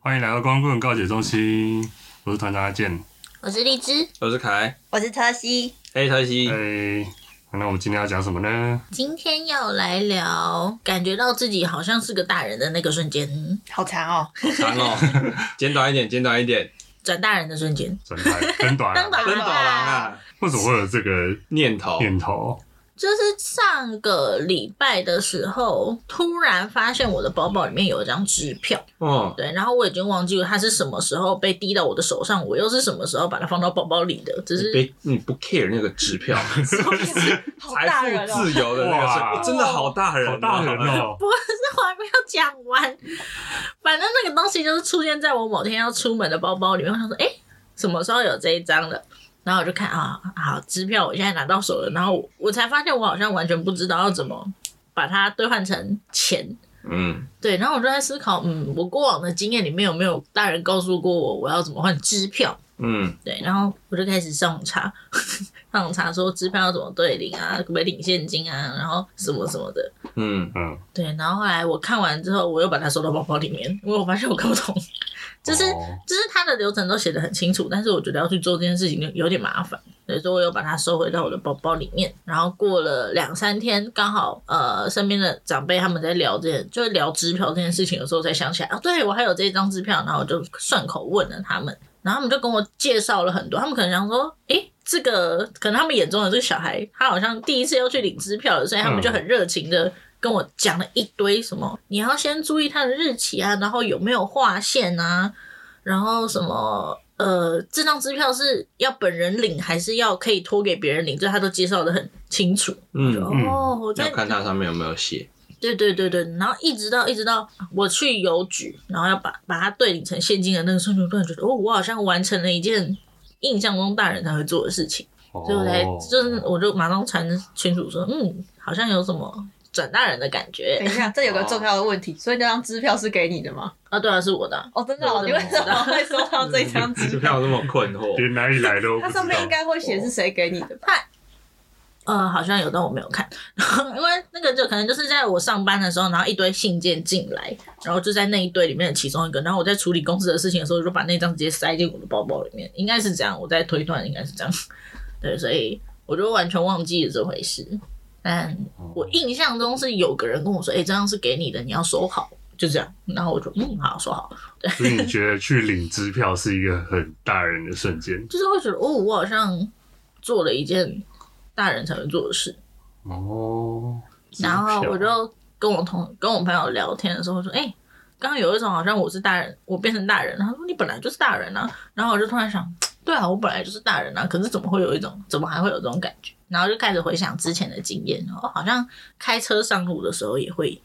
欢迎来到光棍告解中心，我是团长阿健。我是荔枝，我是凯，我是特西，嘿，特西哎、，嗯那我们今天要讲什么呢？今天要来聊感觉到自己好像是个大人的那个瞬间，好 长哦，好长哦，简短一点，简短一点，转大人的瞬间。转台跟 短跟短真短啊，为什么会有这个念头，念哦头？就是上个礼拜的时候，突然发现我的包包里面有一张支票，嗯，对，然后我已经忘记了它是什么时候被滴到我的手上，我又是什么时候把它放到包包里的，只你是别，哎你不 care 那个支票，好大财人富哦，自由的那个哇是，真的好大人，啊好大人， 哦！我还没有讲完。反正那个东西就是出现在我某天要出门的包包里面。我想说，哎、什么时候有这一张了？然后我就看啊，好，支票我现在拿到手了。然后我我才发现，我好像完全不知道要怎么把它兑换成钱。嗯，对，然后我就在思考，嗯，我过往的经验里面有没有大人告诉过我我要怎么换支票？嗯，对，然后我就开始上网查，上网查说支票要怎么兑领啊，可不可以领现金啊，然后什么什么的。嗯，嗯，对，然后后来我看完之后，我又把它收到包包里面，因为我发现我搞不懂，就是、哦就是它的流程都写的很清楚，但是我觉得要去做这件事情有有点麻烦，对，所以我又把它收回到我的包包里面。然后过了两三天，刚好呃身边的长辈他们在聊这件，就是聊支票这件事情，有时候才想起来啊，对我还有这张支票，然后我就顺口问了他们，然后他们就跟我介绍了很多，他们可能想说，诶。这个可能他们眼中的这个小孩，他好像第一次要去领支票了，所以他们就很热情的跟我讲了一堆什么，你要先注意它的日期啊，然后有没有划线啊，然后什么呃，这张支票是要本人领还是要可以托给别人领？这他都介绍的很清楚。嗯，嗯哦，我在要看它上面有没有写，对对对对，然后一直到一直到我去邮局，然后要把把它兑领成现金的那个瞬间，我突然觉得哦，我好像完成了一件印象中大人才会做的事情。哦所以我才哦就是我就马上传群主说，嗯，好像有什么转大人的感觉等一 下，这有个哦重要的问题，所以那张支票是给你的吗？啊，对啊，是我的啊、哦，真的我哦，怎你么为什么会收到这张支支 票？票这么 困惑，连哪里来的都不它知道上面应该会写是谁给你的吧？呃，好像有，但我没有看， 因为那个就可能就是在我上班的时候，然后一堆信件进来，然后就在那一堆里面的其中一个，然后我在处理公司的事情的时候，我就把那张直接塞进我的包包里面，应该是这样，我在推断应该是这样，对，所以我就完全忘记了这回事，但嗯我印象中是有个人跟我说，哎、这张是给你的，你要收好，就这样，然后我就嗯，好，收好，所以你觉得去领支票是一个很大人的瞬间就是会觉得哦，我好像做了一件大人才会做的事。哦。然后我支票就跟我同跟我朋友聊天的时候，我说：“哎、刚刚有一种好像我是大人，我变成大人。”他说：“你本来就是大人啊。”然后我就突然想，对啊，我本来就是大人啊，可是怎么会有一种，怎么还会有这种感觉？然后就开始回想之前的经验，然后好像开车上路的时候也会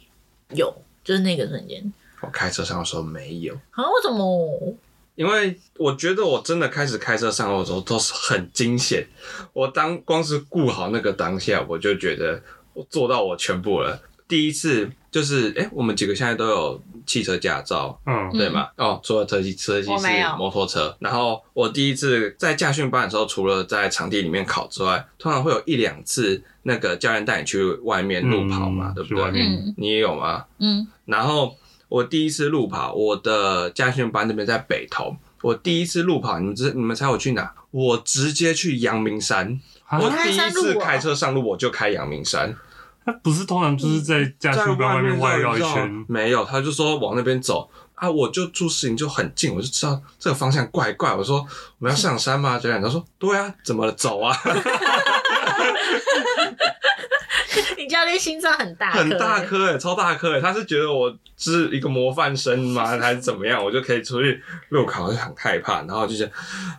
有，就是那个瞬间，我开车上的时候没有。啊，为什么？因为我觉得我真的开始开车上路的时候都是很惊险，我当光是顾好那个当下，我就觉得我做到我全部了。第一次就是，哎、我们几个现在都有汽车驾照，嗯，对嘛？哦，除了车机，车机我是没有摩托车。然后我第一次在驾训班的时候，除了在场地里面考之外，通常会有一两次那个教练带你去外面路跑嘛，嗯对不去外面对？嗯你也有吗？嗯然后我第一次路跑，我的家训班那边在北投。我第一次路跑，你们知你们猜我去哪？我直接去阳明山。啊我开第山一路哦次开车上路，我就开阳明山，那不是通常就是在驾在训班外面外绕一绕嗯圈，没有，他就说往那边走啊，我就住事情就很近，我就知道这个方向怪怪。我说我们要上山吗？教练他说对啊，怎么了？走啊，你教练心脏很大，欸很大，颗哎、超大颗哎、他是觉得我是一个模范生吗，还是怎么样？我就可以出去路考，我就很害怕，然后就是，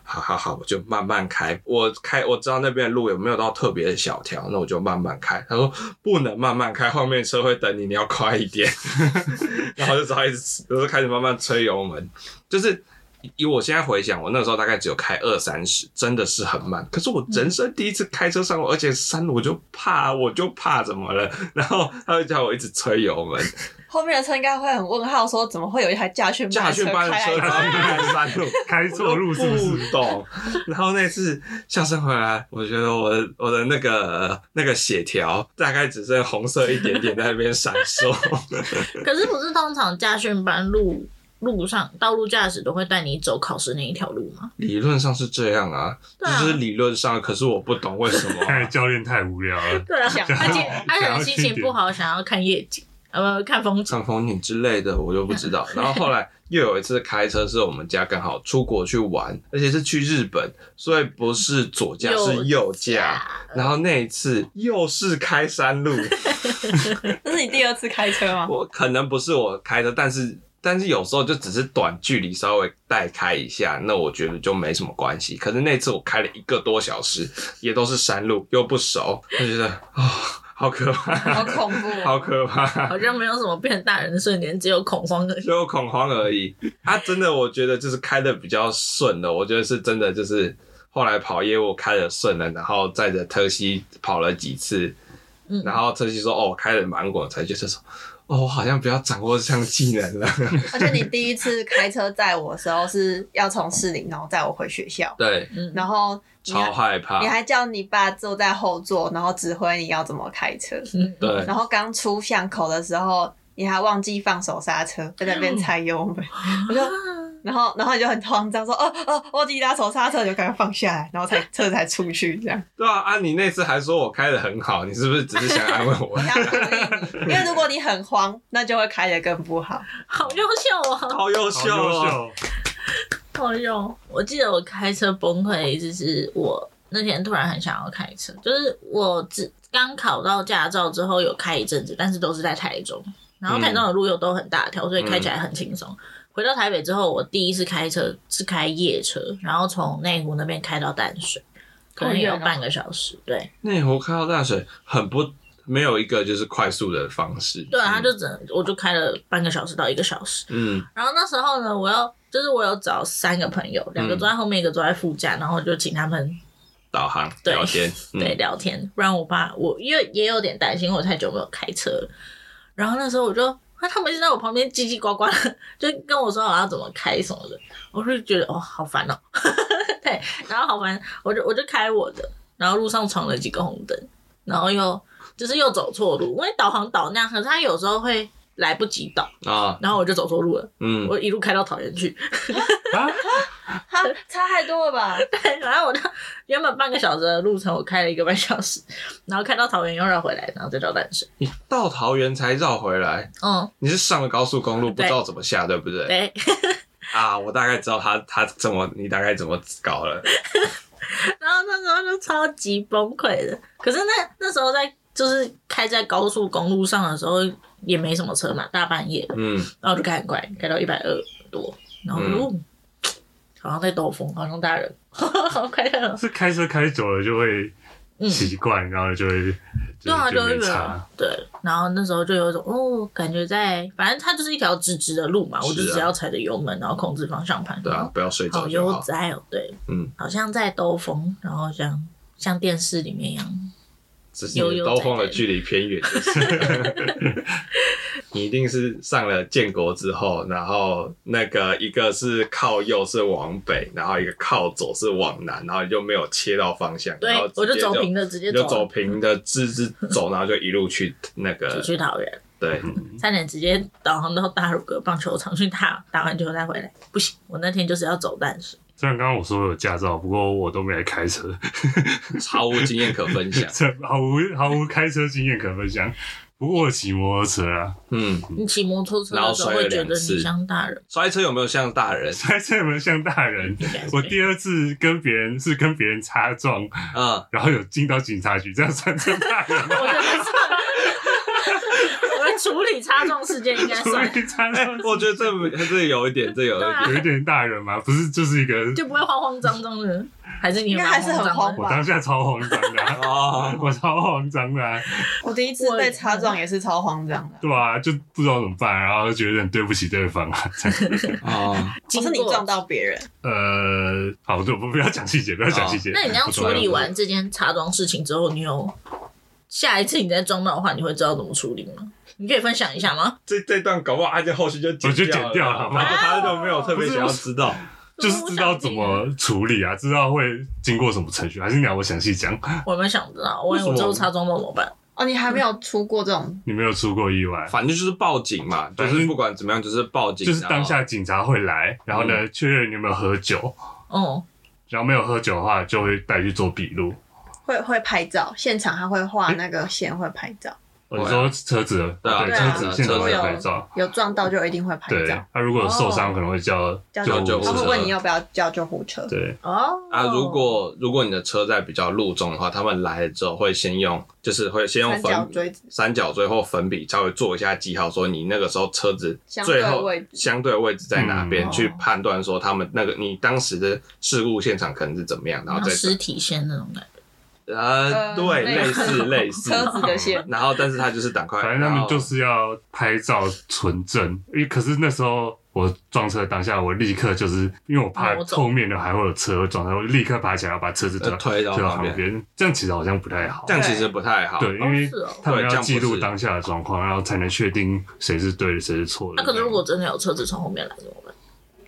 好好好，我就慢慢开。我开我知道那边的路有没有到特别的小条，那我就慢慢开。他说不能慢慢开，后面车会等你，你要快一点。 然后就只好一直，我就开始慢慢吹油门，就是。以我现在回想，我那时候大概只有开二三十，真的是很慢。可是我人生第一次开车上路，而且山路我就怕，我就怕怎么了？然后他就叫我一直吹油门，后面的车应该会很问号，说怎么会有一台驾训驾车训开班的车来？然后开 山路，开错路是不 嗯我是？都不懂。 然后那次下山回来，我觉得我的我的那个那个血条大概只剩红色一点点在那边闪烁。 可是不是通常驾训班路路上道路驾驶都会带你走考试那一条路吗？理论上是这样啊，对啊这就是理论上，可是我不懂为什么 看来啊、教练太无聊了。对啊， 想他今他可想要能心情不好，想要看夜景，呃，看风景。 看风景之类的，我就不知 道。然后后来又有一次开车是我们家刚好出国去玩，而且是去日本，所以不是左驾右是右驾。然后那一次又是开山 路，这是你第二次开车 吗？我可能不是我开的，但是但是有时候就只是短距离稍微带开一下，那我觉得就没什么关系。可是那次我开了一个多小时，也都是山路，又不熟，就觉得啊、好可怕，好恐怖、 好哦！可怕。好像没有什么变成大人的瞬间，只有恐慌而已。就恐慌而已，啊，真的，我觉得就是开的比较顺了，我觉得是真的，就是后来跑业务开的顺了，然后载着特西跑了几次，嗯然后特西说哦，我开的蛮稳，才觉得说哦，我好像比较掌握这项技能了。而且你第一次开车载我的时候是要从士林，然后载我回学校，对，嗯，然后你超还害怕你。还叫你爸坐在后座，然后指挥你要怎么开车。嗯，对，然后刚出巷口的时候，你还忘记放手刹 车，在那边踩油门，我就。然后，然后你就很慌张，说：“哦哦，忘记拉手刹车，你就赶快放下来，然后 才车才出去这样。？对啊，啊，你那次还说我开的很好，你是不是只是想安慰我 要鼓励你，因为如果你很慌，那就会开得更不好。好优秀哦，好优好秀优哦！秀，好优。我记得我开车崩溃的一次是我那天突然很想要开车，就是我只刚考到驾照之后有开一阵子，但是都是在台中，然后台中的路又都很大条，所以开起来很轻松。回到台北之后，我第一次开车是开夜车，然后从内湖那边开到淡水，可能也有好远哦半个小时。对，内湖开到淡水很不，没有一个就是快速的方式。对啊，他就只能我就开了半个小时到一个小时。嗯然后那时候呢，我要就是我有找三个朋友，两个坐在后面，一个坐在副驾，然后就请他们导航对聊天，嗯对，聊天，不然我怕我因为也有点担心，因为我太久没有开车了。然后那时候我就，啊、他们就在我旁边叽叽呱呱的，就跟我说我啊要怎么开什么的，我就觉得哦好烦哦，对，然后好烦，我就我就开我的，然后路上闯了几个红灯，然后又就是又走错路，因为导航导那样，可是他有时候会来不及导，啊，然后我就走错路了，嗯，我一路开到桃园去， 啊，哈，差太多了吧？然后我就原本半个小时的路程，我开了一个半小时，然后开到桃园又绕回来，然后再到淡水。你到桃园才绕回来，嗯，你是上了高速公路不对知道怎么下，对不对？对。 啊，我大概知道他他怎么，你大概怎么搞了。然后那时候就超级崩溃的。可是那那时候在就是开在高速公路上的时候，也没什么车嘛，大半夜，嗯，然后我就开很快，开到一百二多，然后我就、嗯好像在兜风，好像大人， 好快乐哦。是开车开久了就会嗯习惯，然后就会就对啊，就就没是差。对，然后那时候就有一种哦，感觉在，反正它就是一条直直的路嘛，我就是啊只要踩着油门，然后控制方向盘，对啊，不要睡好着就悠好。哉哦，对，嗯，好像在兜风，然后像像电视里面一样，只是你兜风的距离 偏远，就是你一定是上了建国之后，然后那个一个是靠右是往北，然后一个靠左是往南，然后你就没有切到方向，对然后直接我就走平的，的直接你就走平的，直直走，然后就一路去那就个去桃园， 对，差点直接导航到大鲁阁棒球场去打，打完球再回来，不行，我那天就是要走淡水，虽然刚刚我说我有驾照，不过我都没来开车，毫无经验可分啊 。享这毫无毫无开车经验可分享。不过我骑摩托车啊， 嗯，你骑摩托车然的后时候摔了会觉得两次你像大人，摔车有没有像大 人？开车有没有像大 人应该？是我第二次跟别人是跟别人擦撞，嗯，然后有进到警察局，这样算正大人吗？ 我觉得是。我的处理擦撞事件应 该所算，以擦撞我觉得这这有一点，这有一对啊点。有一点大人嘛，不是就是一个， 就不会慌慌张张的，还是你应该还是很蛮张慌的。我吧当？下超慌张的 啊、哦，我超慌张的啊、我第一次被擦撞也是超慌张的。对啊，就不知道怎么办，然后觉得很对不起对方啊。这样哦，不是你撞到别人，呃，好，我不不要讲细节，不要讲细节。哦那你这样处理啊完这件茶庄事情之后，你有下一次你再撞到的话，你会知道怎么处理吗？你可以分享一下吗？ 这这段搞不好阿健后续就剪我就剪掉了好不好他就没有特别想要知道。就是知道怎么处理啊，知道会经过什么程序，还是你要我详细讲？我没想知道，我为什么我之后茶庄怎么办？哦，你还没有出过这种，你没有出过意外，反正就是报警嘛，就反是正不管怎么样，就是报警，嗯就是然后当下警察会来，然后呢确认你有没有喝酒，哦，然后没有喝酒的话就会带去做笔录。会会拍照，现场他会画那个线，会拍照，我对哦啊说车子的，对啊对啊车子现场车会子拍照，有撞到就一定会拍对照。，他如果有受伤哦可能会叫叫救救护护他会车车，问你要不要叫救护车。对，哦啊，如果如果你的车在比较路中的话，他们来了之后会先用，就是会先用三角粉锥子三角锥或粉笔稍微做一下记号，说你那个时候车子相对最后位置相对位置在哪边，嗯去哦判断说他们那个你当时的事故现场可能是怎么样，然然后后再尸体先那种感觉，呃呃对类类似似类似车子的线，然后但是他就是赶快，反正他然们后就是要拍照存证。因为可是那时候我撞车当下，我立刻就是因为我怕哦我懂后面的还会有车会撞到，我就立刻爬起来要把车子推呃推到推到旁边旁边。这样其实好像不太好这。样其实不太好。对，因为哦是哦他们对要这样不记录是当下的状况，然后才能确定谁是对的，谁是错的。那可是如果真的有车子从后面来怎么办？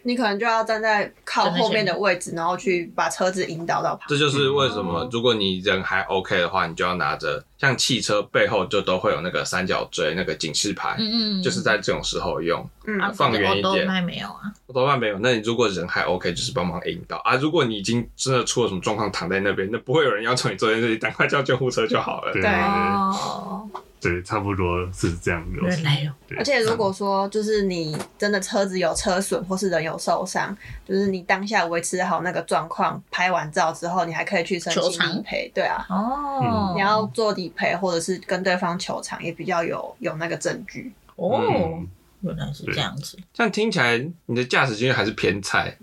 你可能就要站在靠后面的位置，然后去把车子引导到旁这就是为什嗯么，如果你人还 OK 的话，你就要拿着像汽车背后就都会有那个三角锥那个警示牌，嗯嗯，就是在这种时候用。边。啊嗯，放远一点我都卖没有啊，多半没有，那你如果人还 OK，就是帮忙引导啊。如果你已经真的出了什么状况，躺在那边，那不会有人要求你做这件事情，赶快叫救护车就好了。对对哦，对，差不多是这样流原程。来有，对而且如果说就是你真的车子有车损或是人有受伤，就是你当下维持好那个状况，拍完照之后，你还可以去申求请偿理赔。对啊，哦，嗯你要做理赔或者是跟对方求偿，也比较有有那个证据。哦嗯，原来是这样子。这样听起来，你的驾驶经验还是偏菜。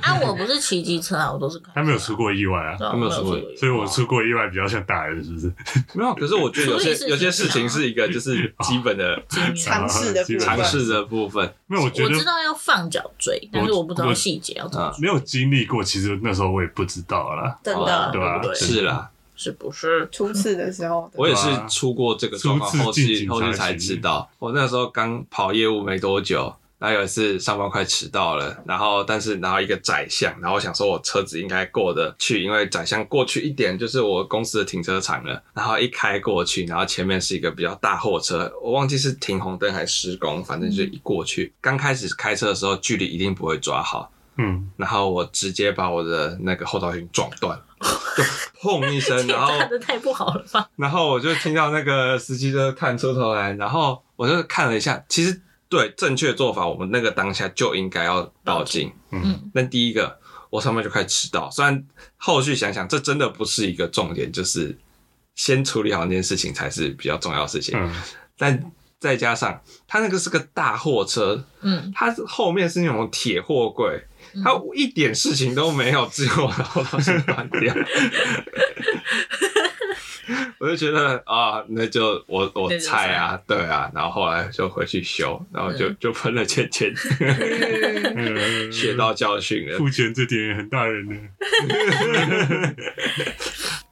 啊，我不是骑机车啊，我都是开车啊。他没有出过意外啊，对啊，他没没有出出过所以我出过意外比较像大人，是不是？没有，可是我觉得有处理些事情有些事情是一个就是基本的经验。啊尝试的部基本尝上分，试的部分。啊没有，我觉我得知道要放脚锥，但是我不知道我细节要怎么啊做，没有经历过，其实那时候我也不知道啦。真哦啊的对吧对不对？是啦，是不是？初次的时候，我也是对啊出过这个状况，初次后进期警后期察才局知道。我那时候刚跑业务没多久，然后有一次上班快迟到了，然后但是然后一个窄巷，然后我想说我车子应该过得去，因为窄巷过去一点就是我公司的停车场了。然后一开过去，然后前面是一个比较大货车，我忘记是停红灯还是施工，反正就是一过去，刚开始开车的时候距离一定不会抓好，嗯，然后我直接把我的那个后照镜撞断，就砰 一声，然后打的太不好了吧？然后我就听到那个司机就探出头来，然后我就看了一下，其实对正确的做法，我们那个当下就应该要报警。嗯，那第一个，我上班就快迟到，虽然后续想想，这真的不是一个重点，就是先处理好那件事情才是比较重要的事情。嗯，但再加上他那个是个大货车，嗯，它是后面是那种铁货柜，嗯它一点事情都没有，只有我的后照镜断 掉。我就觉得啊，那就我我对就是菜啊，对啊，然后后来就回去修，然后就嗯就喷了钱钱，嗯嗯学到教训了。付钱这点也很大人呢。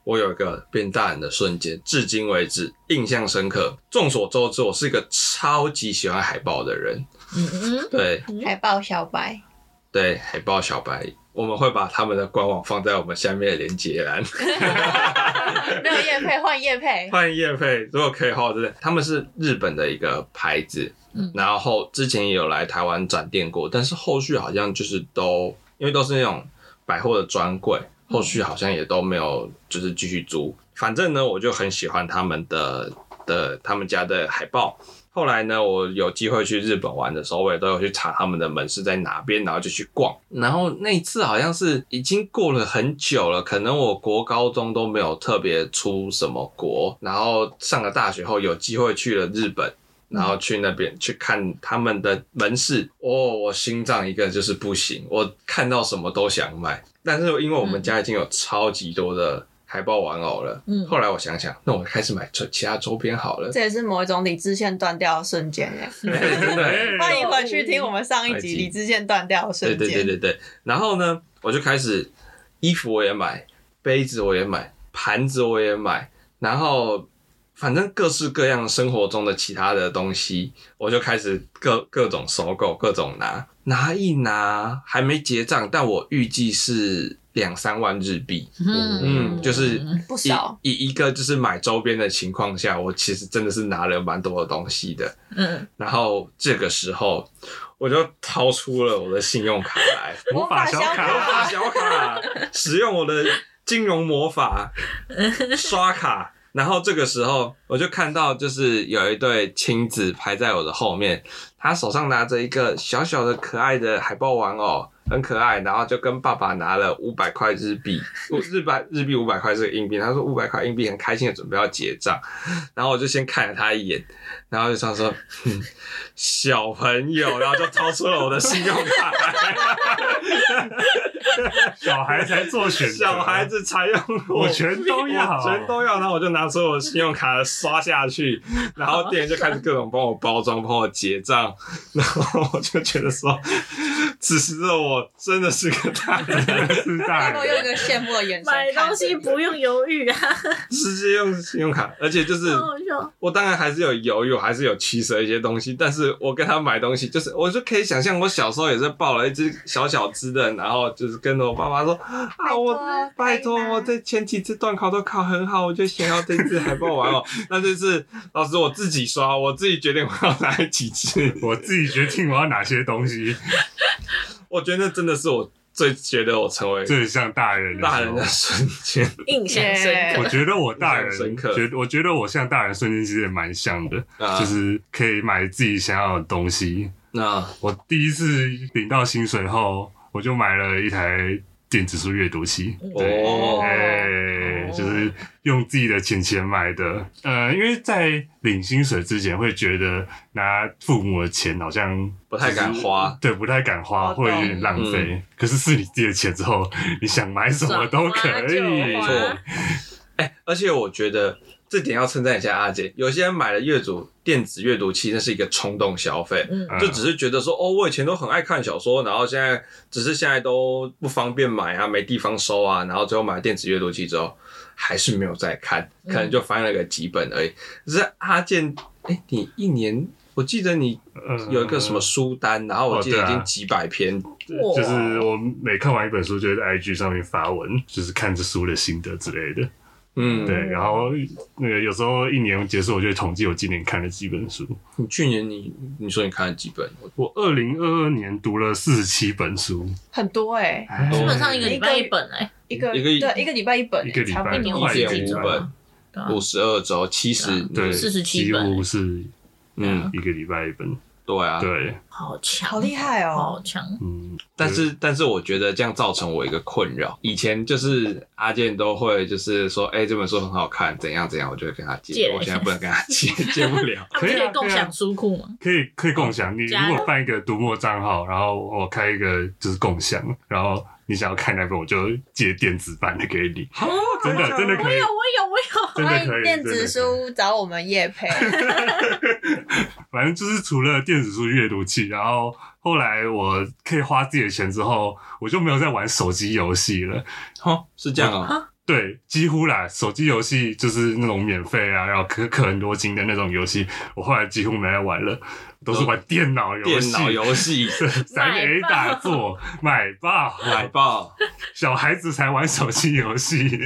我有一个变大人的瞬间，至今为止印象深刻。众所周知，我是一个超级喜欢海报的人，嗯嗯，对， 海报小白，对，海豹小白，我们会把他们的官网放在我们下面的连接栏。没有叶配换叶 配，欢迎叶佩，如果可以的话，真的，他们是日本的一个牌子，嗯然后之前也有来台湾展店过，但是后续好像就是都因为都是那种百货的专柜，后续好像也都没有就是继续租。反正呢，我就很喜欢他们的的他们家的海报。后来呢，我有机会去日本玩的时候，我也都有去查他们的门市在哪边，然后就去逛。然后那一次好像是已经过了很久了，可能我国高中都没有特别出什么国，然后上了大学后有机会去了日本。然后去那边去看他们的门市，哦，我心脏一个就是不行，我看到什么都想买，但是因为我们家已经有超级多的海豹玩偶了，嗯后来我想想，那我开始买周其他周边好了，这也是某一种理智线断掉的瞬间耶。 真的 欸。欢哎迎回去听我们上一集理智线断掉的瞬对间。对对对对。然后呢，我就开始衣服我也买，杯子我也买，盘子我也买，然后反正各式各样生活中的其他的东西，我就开始各各种收购，各种拿，拿一拿还没结账，但我预计是两三万日币，嗯嗯就是不以少。以一个就是买周边的情况下，我其实真的是拿了蛮多的东西的。嗯，然后这个时候，我就掏出了我的信用卡来，魔法小魔法小魔卡卡，法小卡，使用我的金融魔法刷卡。然后这个时候，我就看到就是有一对亲子排在我的后面，他手上拿着一个小小的可爱的海豹玩偶，很可爱。然后就跟爸爸拿了五百块日币，五日百日币五百块是个硬币。他说五百块硬币，很开心的准备要结账。然后我就先看了他一眼，然后就想说，哼小朋友，然后就掏出了我的信用卡来。小孩才做选择，小孩子才用啊我全都要，啊我全都要，然后我就拿出我的信用卡刷下 去，然后店员就开始各种帮我包装，帮我结账， 然后我就觉得说，此时的我真的是个大人，是他大都用一人。个羡慕的眼神嗯买看东西着你不用犹豫啊，直接用信用卡，而且就是好好笑。我当然还是有犹豫，我还是有取舍一些东西，但是我跟他买东西，就是我就可以想象，我小时候也是抱了一只小小只的，然后就是跟着我爸妈说啊，我拜拜托托我这前几次段考都考很好，我就想要这只海豹玩偶，哦那就是老师我自己刷，我自己决定我要哪几只，我自己决定我要哪些东 西，我觉得那真的是我最觉得我成为最像大人的时候大人的瞬间，印象深刻我觉得我大人印象深刻觉得我觉得我像大人瞬间其实也蛮像的，啊就是可以买自己想要的东西。那我第一次领到薪水后，我就买了一台电子书阅读器，对，哦哎、就是用自己的钱钱买的。呃，因为在领薪水之前会觉得拿父母的钱好像不太敢花，嗯对，不太敢花，我会懂有点浪费。可是是你自己的钱之后，你想买什么都可以爽花就。错花， 哎、而且我觉得这点要称赞一下阿姐，有些人买了阅读电子阅读器，那是一个冲动消费。嗯嗯就只是觉得说，哦，我以前都很爱看小说，然后现在只是现在都不方便买啊，没地方收啊，然后最后买了电子阅读器之后，还是没有再看，可能就翻了个几本而已。可是阿健，哎、你一年，我记得你呃有一个什么书单，然后我记得哦已对啊经几百篇，哇呃就是我每看完一本书，就会在 IG 上面发文，就是看这书的心得之类的。嗯，对，然后那个有时候一年结束，我就会统计我今年看了几本书。你去年你你说你看了几本？我我二零二二年读了四十七本书，很多哎，基基本上一个礼拜一本哎，一个一个对一个礼拜一本一个欸，礼差不拜多一年快五十一几五周本啊，对啊五十二周七十，对，啊47几本乎是嗯，一个礼拜一本。对啊，对，好强，好厉害哦！好强。嗯，但是，但是我觉得这样造成我一个困扰。以前就是阿健都会就是说，哎、这本书很好看，怎样怎样，我就会跟他借。借我现在不能跟他 借，借不了。他可们以啊可以共享书库吗？可以可以共享。你加如果办一个读墨账号，然后我开一个就是共享，然后你想要看哪本，我就借电子版的给你。真的真的可以，有，我有。真的可以，哎电真的可子以书找我们叶培，反正就是除了电子书阅读器，然后后来我可以花自己的钱之后，我就没有在玩手机游戏了。哦，是这样啊、对，几乎啦，手机游戏就是那种免费啊，然后可可很多金的那种游戏，我后来几乎没在玩了，都是玩电脑 游电戏。脑 游戏三 A 买爆大作买吧，海报，小孩子才玩手机游戏，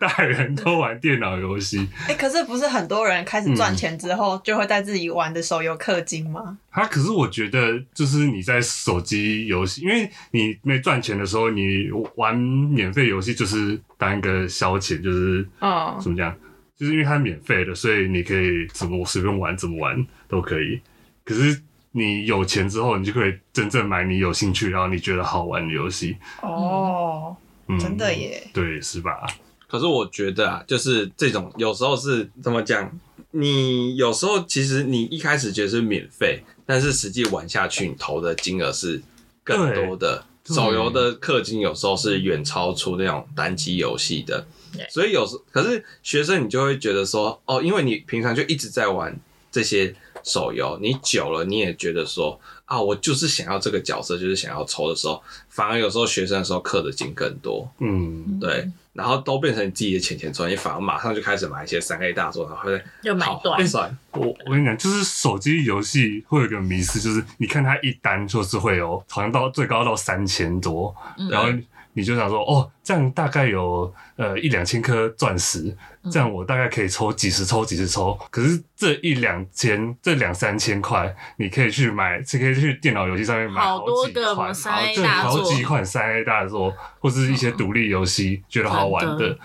大人都玩电脑游戏。 哎，可是不是很多人开始赚钱之后，就会带自己玩的手游氪金吗？他啊可是我觉得，就是你在手机游戏，因为你没赚钱的时候，你玩免费游戏就是当一个消遣，就是嗯，怎么讲，就是因为它免费的，所以你可以怎么随便玩怎么玩都可以。可是你有钱之后，你就可以真正买你有兴趣，然后你觉得好玩的游戏。哦，嗯，真的。耶，对，是吧？可是我觉得啊，就是这种有时候是怎么讲？你有时候其实你一开始觉得是免费，但是实际玩下去，你投的金额是更多的。对手游的氪金有时候是远超出那种单机游戏的对，所以有时可是学生你就会觉得说，哦，因为你平常就一直在玩这些手游，你久了你也觉得说，啊，我就是想要这个角色，就是想要抽的时候，反而有时候学生的时候氪的金更多。嗯，啊对，然后都变成你自己的钱钱赚，你反而马上就开始买一些三 A 大作，然后会就买好断划算，我我跟你讲，就是手机游戏会有一个迷思，就是你看它一单就是会有，好像到最高到三千多，嗯然后你就想说，哦，这样大概有呃一两千颗钻石，嗯这样我大概可以抽几十抽几十抽。可是这一两千，这两三千块，你可以去买，是可以去电脑游戏上面买好多几个款，三好 A 对大好作嗯几款三 A 大作，或是一些独立游戏，觉得好玩真的的。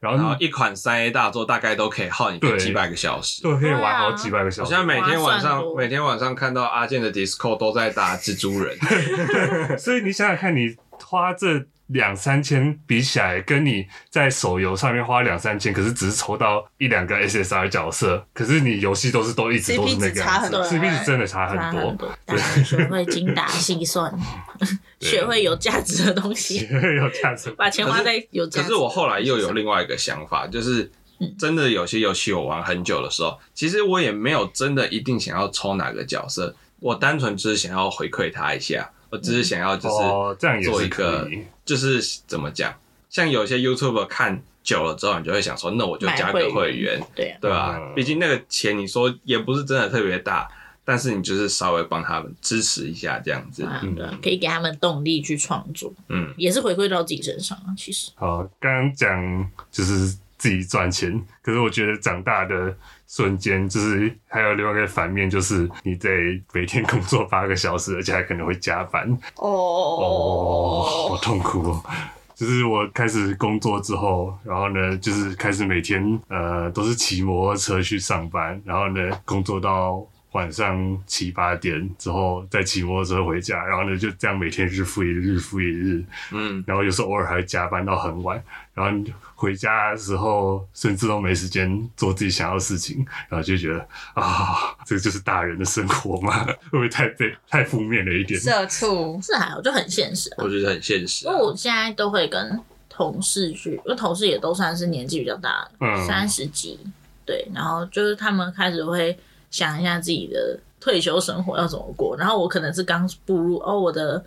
然然后后一款三 A 大作大概都可以耗你个对几百个小时。就可以对玩啊好几百个小我时。现在每天晚划算上多每天晚上看到阿健的 Disco 都在打蜘 蛛 人，所以你想想看，你花这两三千比起来，跟你在手游上面花两三千，可是只是抽到一两个 SSR 角色，可是你游戏都是都一直 CP 都是那个样子值差很多，CP 值真的差差很很多。多，大家学会精打 细算，学会有价值的东西，有价值，把钱花在有价可值。是我后来又有另外一个想法，就是嗯真的有些游戏我玩很久的时候，其实我也没有真的一定想要抽哪个角色，我单纯只是想要回馈他一下，我只是想要就是、哦，这样也做是一可个以。，就是怎么讲，像有些 YouTube 看久了之后，你就会想说，那我就买加个会会员，对啊，对吧、嗯毕竟那个钱你说也不是真的特别大，但是你就是稍微帮他们支持一下这样子对，啊嗯对啊，可以给他们动力去创作，嗯，也是回馈到自己身上啊。其实，好，哦刚刚讲就是自己赚钱，可是我觉得长大的瞬间，就是还有另外一个反面，就是你得每天工作八个小时，而且还可能会加班。哦，好哦，痛苦哦。就是我开始工作之后，然后呢，就是开始每天呃都是骑摩托车去上班，然后呢工作到晚上七八点之后再骑摩托车回家，然后呢就这样每天日复一日，日复一日，嗯，然后有时候偶尔还会加班到很晚，然后你回家的时候甚至都没时间做自己想要的事情，然后就觉得啊，这个就是大人的生活嘛， 会不会太被太负面了一点？社畜，嗯是还好，就很现实啊。我觉得很现实因啊、为我现在都会跟同事去，因为同事也都算是年纪比较大嗯的，三十、几，对，然后就是他们开始会想一下自己的退休生活要怎么过，然后我可能是刚步入哦，我的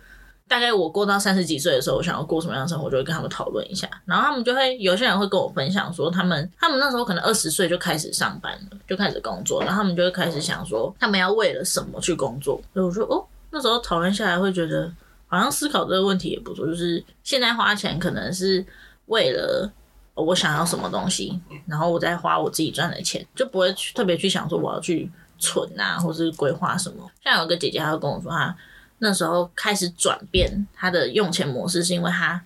大概我过到三十几岁的时候，我想要过什么样的生活，我就会跟他们讨论一下，然后他们就会有些人会跟我分享说，他们他们那时候可能二十岁就开始上班了，就开始工作，然后他们就会开始想说，他们要为了什么去工作，所以我说哦，那时候讨论下来会觉得。好像思考这个问题也不错，就是现在花钱可能是为了哦我想要什么东西，然后我再花我自己赚的钱，就不会去特别去想说我要去存啊，或是规划什么。像有个姐姐，她就跟我说，她那时候开始转变她的用钱模式，是因为她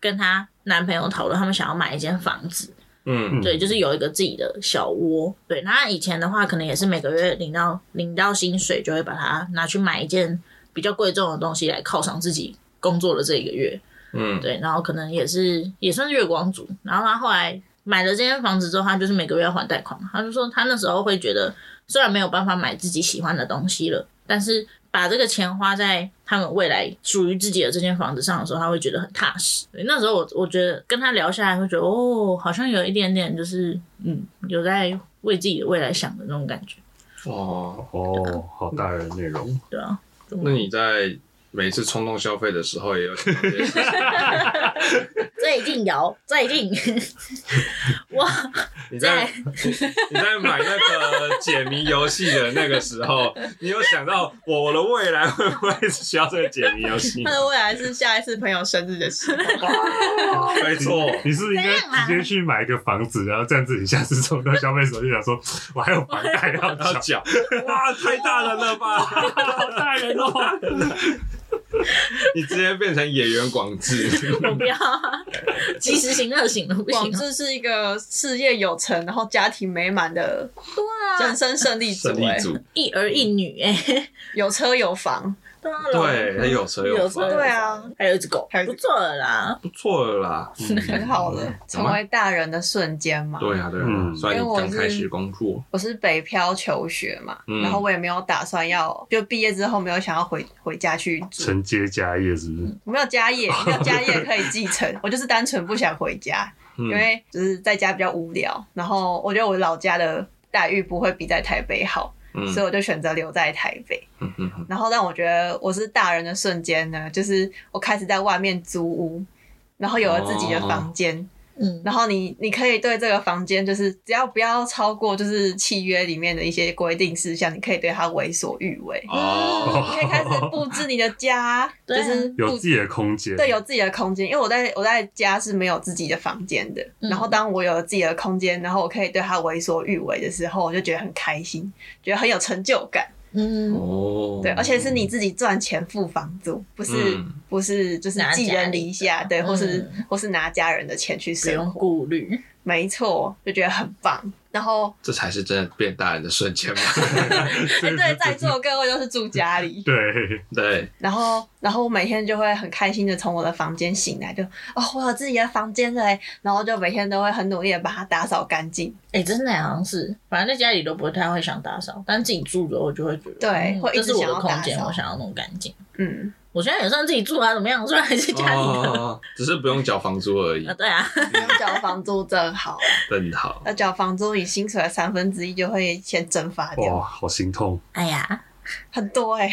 跟她男朋友讨论，他们想要买一间房子，嗯嗯对，就是有一个自己的小窝。对，那以前的话，可能也是每个月领到领到薪水，就会把它拿去买一件比较贵重的东西来犒赏自己工作的这一个月。嗯，对，然后可能也是也算是月光族。然后他后来买了这间房子之后，他就是每个月要还贷款嘛。他就说他那时候会觉得，虽然没有办法买自己喜欢的东西了，但是把这个钱花在他们未来属于自己的这间房子上的时候，他会觉得很踏实。对那时候我我觉得跟他聊下来，会觉得哦，好像有一点点就是嗯，有在为自己的未来想的那种感觉，哦，哦，好大人内嗯容。对啊。就那你在每次冲动消费的时候也有想到这些事情最近有，最近 我你在 你在买那个解谜游戏的那个时候，你有想到我的未来会不会是需要这个解谜游戏吗 他？的未来是下一次朋友生日的时候，没错，你是不是应该啊直接去买一个房子，然后这样子，你下次抽到消费手就想说，我还有房贷要 要缴，讲 哇，太大人了吧！好大人哦！ 你直接变成演员广 志，我不要、啊，及时行乐型的不广行、啊。志是一个事业有成，然后家庭美满的对啊人，生胜利组、胜利哎，组，一儿一女哎、有车有房， 对啊，对，他有车有有房车，对啊，还有一只狗还有，一只不狗错了啦。不错了啦。嗯 很好嗯了，嗯成为大人的瞬间嘛。对啊，对啊，嗯虽然你刚开始工作，我是北漂求学嘛，嗯然后我也没有打算要，就毕业之后没有想要回回家去住，承接家业是不是？我没有家业，没有家业可以继 承，我就是单纯不想回家，因因为就是在家比较无聊，然后我觉得我老家的待遇不会比在台北好，嗯嗯所以我就选择留在台北。然后让我觉得我是大人的哦瞬间呢，就是我开始在外面租屋，然后有了自己的房间，嗯，然后你你可以对这个房间，就是只要不要超过就是契约里面的一些规定事项，你可以对它为所欲为。哦，你可以开始布置你的家，就对啊是有布自己的空间， 对，有自己的空间，因为我在我在家是没有自己的房间的。嗯然后当我有了自己的空间，然后我可以对它为所欲为的时候，我就觉得很开心，觉得很有成就感。嗯，哦，对，而且是你自己赚钱付房租，不是、嗯不是就是拿寄家人里篱的下，对，或是、嗯或是拿家人的钱去不生用活，顾虑。没错，就觉得很棒。然后，这才是真的变大人的瞬 间嘛。哎、对，在座各位都是住家里，对，对，然后，然后我每天就会很开心的从我的房间醒来，就哦，我有自己的房间了欸，然后就每天都会很努力的把它打扫干净，哎、真的好像是，反正在家里都不太会想打扫，但自己住了我就会觉得，对嗯会一这直是我想的要空打间，扫我想要弄干净。嗯，我现在也算自己住啊，怎么样？虽然还是家里的，哦，只是不用缴房租而已啊，，嗯对啊，交房租真好，啊 真好。那交房租你薪水的三分之一就会先蒸发哇，掉，好心痛，哎呀，很多哎、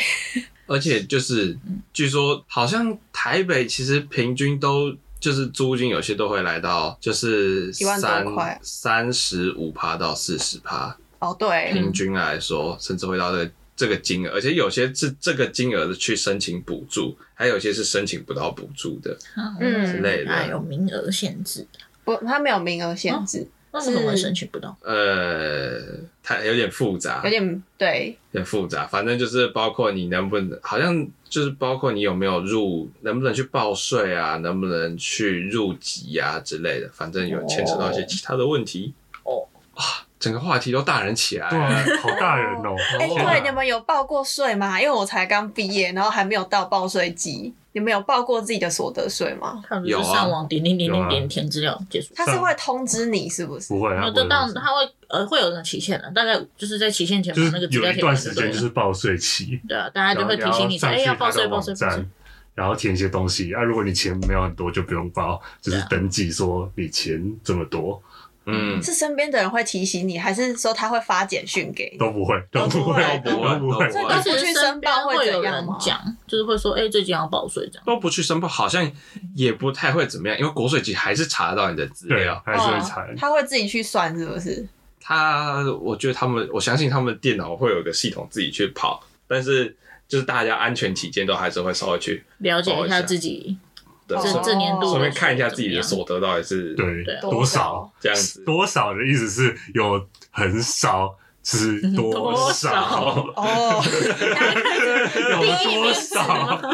而且就是，嗯据说好像台北其实平均都就是租金有些都会来到就是一万多三块三十五趴到四十趴，哦对，平均来说，甚至会到这个这个金额，而且有些是这个金额的去申请补助，还有些是申请不到补助的。嗯之类的啊，有名额限制，不，它没有名额限制，那为什么申请不到？呃，它有点复杂，有点对，很复杂，反正就是包括你能不能，好像就是包括你有没有入，能不能去报税啊，能不能去入籍啊之类的，反正有牵扯到一些其他的问题。哦，啊，整个话题都大人起来对了。啊，好大人哦，哎、哦对，你们有报过税吗？因为我才刚毕业，然后还没有到报税季，你们有报过自己的所得税吗？他们有就啊是上网点点点有点啊点填资料结束。它是会通知你是不是？不会，没他有，不会就到这样他会呃会有那个期限的，大概就是在期限前就把那是个资有料一填段完就时间对就了是报税期， 对啊，大家就会提然后醒你说，然后上哎，要去报他的税，报网税，报税站。，然后填一些东西啊。如果你钱没有很多，就不用报，啊就是登记说你钱这么多，嗯，是身边的人会提醒你，还是说他会发简讯给你？都不会，都不不会会，都都不不会会。所以我都但不去是申身边报会有怎样人吗？讲，就是会说，哎，最近要报税这样。都不去申报，好像也不太会怎么样，因为国税局还是查得到你的资对料。，还是会查哦。他会自己去算是 不是？他，我觉得他们，我相信他们电脑会有个系统自己去跑，但是就是大家安全起见，都还是会稍微去了解报一一下下自己的哦这这年度的顺便看一下税自己的怎么所得到底是对对，多少少？这样子。多少的意思是有很少，是多多少少？哦，有多少？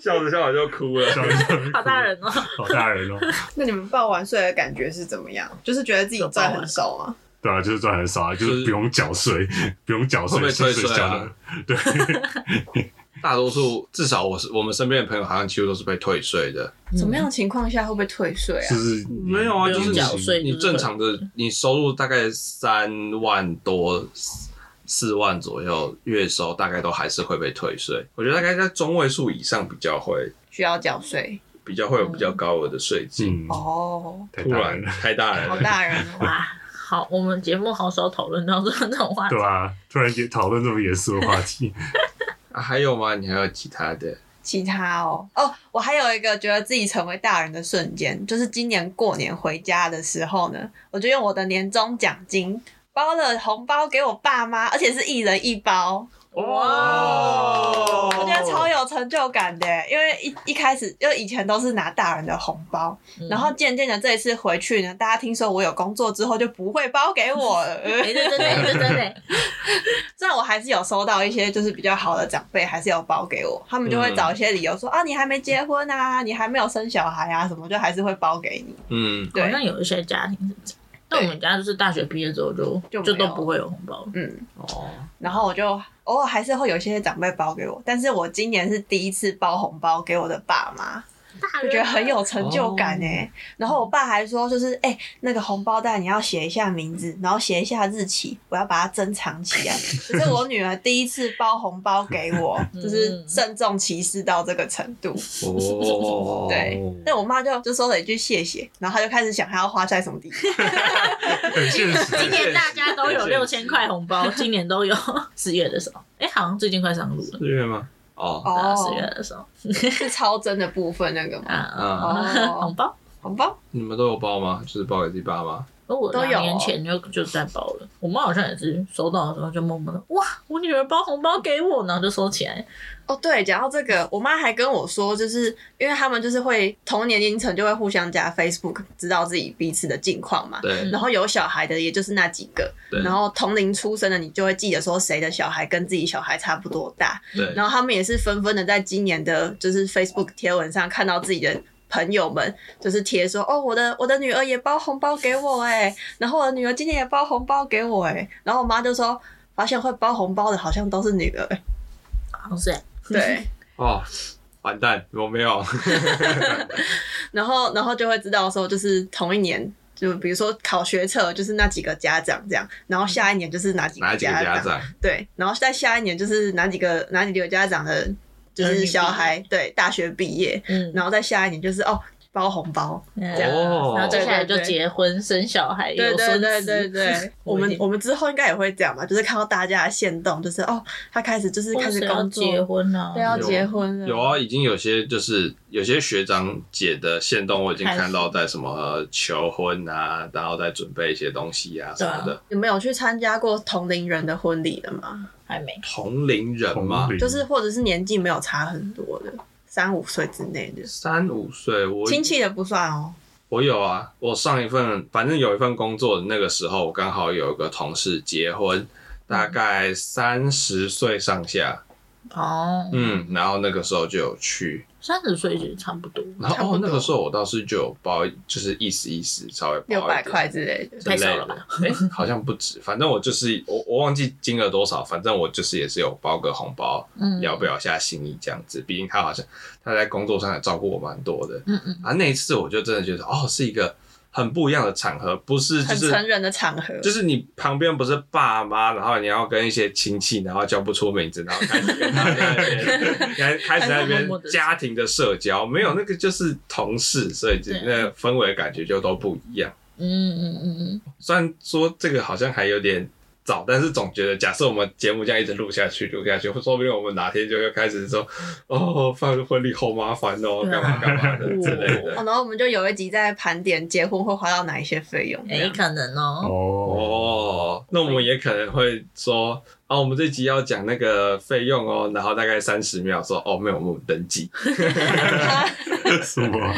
笑着笑着就哭了。样。好大人哦，好大人哦，那你们报完税的感觉是怎么样？就是觉得自己赚很少吗？对啊，就是赚很少啊，就就是是不用缴税，不用缴会不税，会退薪税水啊缴的，对， 大多数至少我是我们身边的朋友，好像几乎都是被退税的。怎么样情况下会不会退税啊就？是你没有啊，不就用是你缴税你就是正常的，你收入大概三万多。四万左右月收大概都还是会被退税，我觉得大概在中位数以上比较会需要缴税比较会有比较高额的税金。嗯，哦，太突大人然了，太大人好了，大人哦。哇，好，我们节目好少讨论到这这种话题对。啊吧？突然也讨论这么严肃的话题，啊还有吗？你还有其他的？其他哦哦，我还有一个觉得自己成为大人的瞬间，就是今年过年回家的时候呢，我就用我的年终奖金包了红包给我爸妈，而且是一人一包，哦我觉得超有成就感的，因为一一开始就以前都是拿大人的红包，嗯然后渐渐的这一次回去呢，大家听说我有工作之后就不会包给我了。哎，对对对对对对，虽然我还是有收到一些就是比较好的长辈还是有包给我，他们就会找一些理由说、啊你还没结婚啊，你还没有生小孩啊什么，就还是会包给你。嗯， 对好像有一些家庭是这样。但我们家就是大学毕业之后就就就没有都不会有红包了，嗯，哦，然后我就偶尔还是会有一些长辈包给我，但是我今年是第一次包红包给我的爸妈，大就人觉得很有成就感哎、然后我爸还说就是哎、那个红包袋你要写一下名字，然后写一下日期，我要把它珍藏起来。这是我女儿第一次包红包给我，就是慎重其事到这个程度。哦，对，那我妈就就说了一句谢谢，然后她就开始想她要花在什么地方。很现今实。年大家 都有六千块红包，今年都有四月的时候，哎、好像最近快上路了。四月吗？哦，大哦，四月的时候是超真的部分那个吗？ 啊，嗯，哦红包。哦好吧，你们都有包吗？就是包给自己爸妈？我都有哦两年前就就在包了，我妈好像也是收到的时候就默默的哇，我女儿包红包给我，然后就收起来。哦，对，讲到这个，我妈还跟我说，就是因为他们就是会同年龄层就会互相加 Facebook，知道自己彼此的近况嘛。对然后有小孩的也就是那几个，对嗯然后同龄出生的你就会记得说谁的小孩跟自己小孩差不多大，对，然后他们也是纷纷的在今年的就是 Facebook 贴文上看到自己的。朋友们就是贴说哦，我的我的女儿也包红包给我哎、然后我的女儿今年也包红包给我哎、然后我妈就说，发现会包红包的好像都是女儿、好像是欸，对，哦，完蛋，我没 有。然后然后就会知道说，就是同一年，就比如说考学测，就是那几个家长这样，然后下一年就是哪几哪个几个家家长，长？对，然后再下一年就是哪几个哪几个家长的，就儿女是毕小业孩对大学毕业，嗯，然后再下一年就是哦包红包，嗯这样哦然后接下来就对对对结婚生小孩，有对对孙对子对 对，我们我们之后应该也会这样吧，就是看到大家的行动，就是哦，他开始就是开或始哦是要工作，结婚啊了，对，要有结婚了，有啊，已经有些就是有些学长姐的线动，我已经看到在什么呃求婚啊，然后在准备一些东西啊什么对的。你们有去参加过同龄人的婚礼的吗？还没，同龄人嘛同，龄就是或者是年纪没有差很多的，三五岁之内的，三五岁，我亲戚的不算哦。我有啊，我上一份反正有一份工作，那个时候我刚好有一个同事结嗯婚，大概三十岁上下，哦，嗯，然后那个时候就有去，三十岁其实差不多，然差不后多哦那个时候我倒是就有包，就是意思意思稍微包一点六百块之类的。之太类少了的吧，哎、好像不止，反正我就是我我忘记金额多少，反正我就是也是有包个红包，嗯，聊表一下心意这样子，毕竟他好像他在工作上也照顾我蛮多的，嗯嗯，啊，那一次我就真的觉得哦是一个很不一样的场合，不是就很是成人的场合，就是你旁边不是爸妈，然后你要跟一些亲戚，然后叫不出名字，然后开始跟他们在那边，开开始在那边家庭的社交，没有那个就是同事，所以就对那氛围感觉就都不一样。嗯嗯嗯嗯，虽然说这个好像还有点早，但是总觉得，假设我们节目这样一直录下去，录下去，说不定我们哪天就会开始说，哦，办婚礼好麻烦哦，对啊干嘛干嘛的之类的。哦，然后我们就有一集在盘点结婚会花到哪一些费用。哎，可能哦，哦，哦，那我们也可能会说啊，我们这集要讲那个费用哦，然后大概三十秒说哦，没有，我们登记。什么？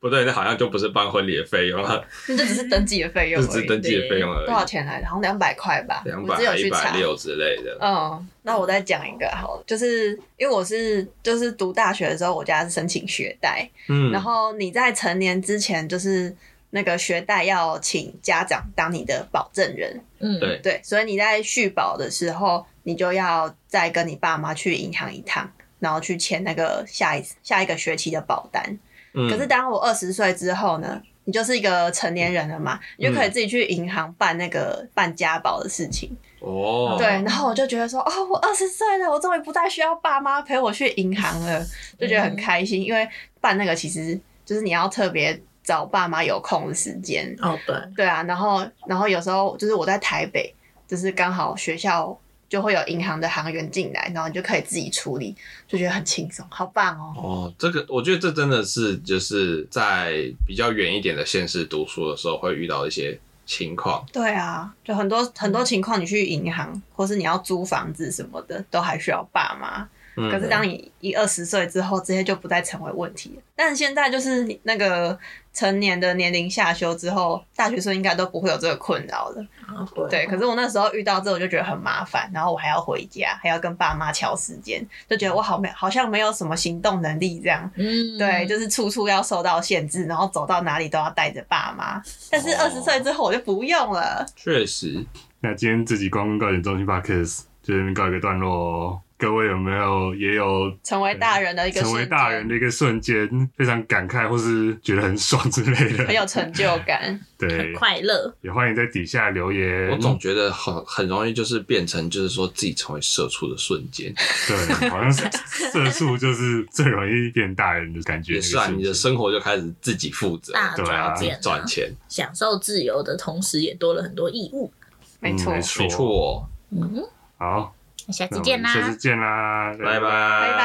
不对，那好像就不是办婚礼的费用 了，那就只是登记的费就用只而是已。登记的费用而多少已，钱来的？好像两百块吧。两我百只有一去百查。六之类的。嗯，那我再讲一个好了，就是因为我是就是读大学的时候，我家是申请学贷，嗯，然后你在成年之前就是。那个学贷要请家长当你的保证人，嗯，对对，所以你在续保的时候，你就要再跟你爸妈去银行一趟，然后去签那个下一下一个学期的保单。嗯可是当我二十岁之后呢，你就是一个成年人了嗯嘛，你就可以自己去银行办那个办家保的事情。哦，对，然后我就觉得说，哦，我二十岁了，我终于不再需要爸妈陪我去银行了，就觉得很开嗯心，因为办那个其实就是你要特别找爸妈有空的时间。哦对，对啊，然后然后有时候就是我在台北，就是刚好学校。就会有银行的行员进来，然后你就可以自己处理，就觉得很轻松，好棒哦！哦，这个我觉得这真的是就是在比较远一点的县市读书的时候会遇到一些情况。对啊，就很多很多情况，你去银行或是你要租房子什么的，都还需要爸妈。嗯可是当你一二十岁之后，这些就不再成为问题了。但现在就是你那个成年的年龄下修之后，大学生应该都不会有这个困扰了。哦对，可是我那时候遇到这，我就觉得很麻烦，然后我还要回家，还要跟爸妈敲时间，就觉得我好没好像没有什么行动能力这样。嗯，对，就是处处要受到限制，然后走到哪里都要带着爸妈。但是哦二十岁之后我就不用了。确实，那今天这集光棍告解中心 p o d c a s 就这边告一个段落哦。各位有没有也有成为大人的一个成为瞬大间人的一个瞬间，非常感慨或是觉得很爽之类 很的？有成就感。对哎很，快乐，也欢迎在底下留言。我总觉得很很容易就是变成就是说自己成为社畜的瞬间。对，好像是色素就是最容易变大人的感觉。 也是啊，那个你瞬的间生活就开始自己负责，大对啊转自己变，赚，钱，享受自由的同时也多了很多义务，没错嗯没，错没错哦。嗯，好，哎、下那次我见们啦，下次见啦，拜拜，拜拜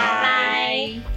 拜。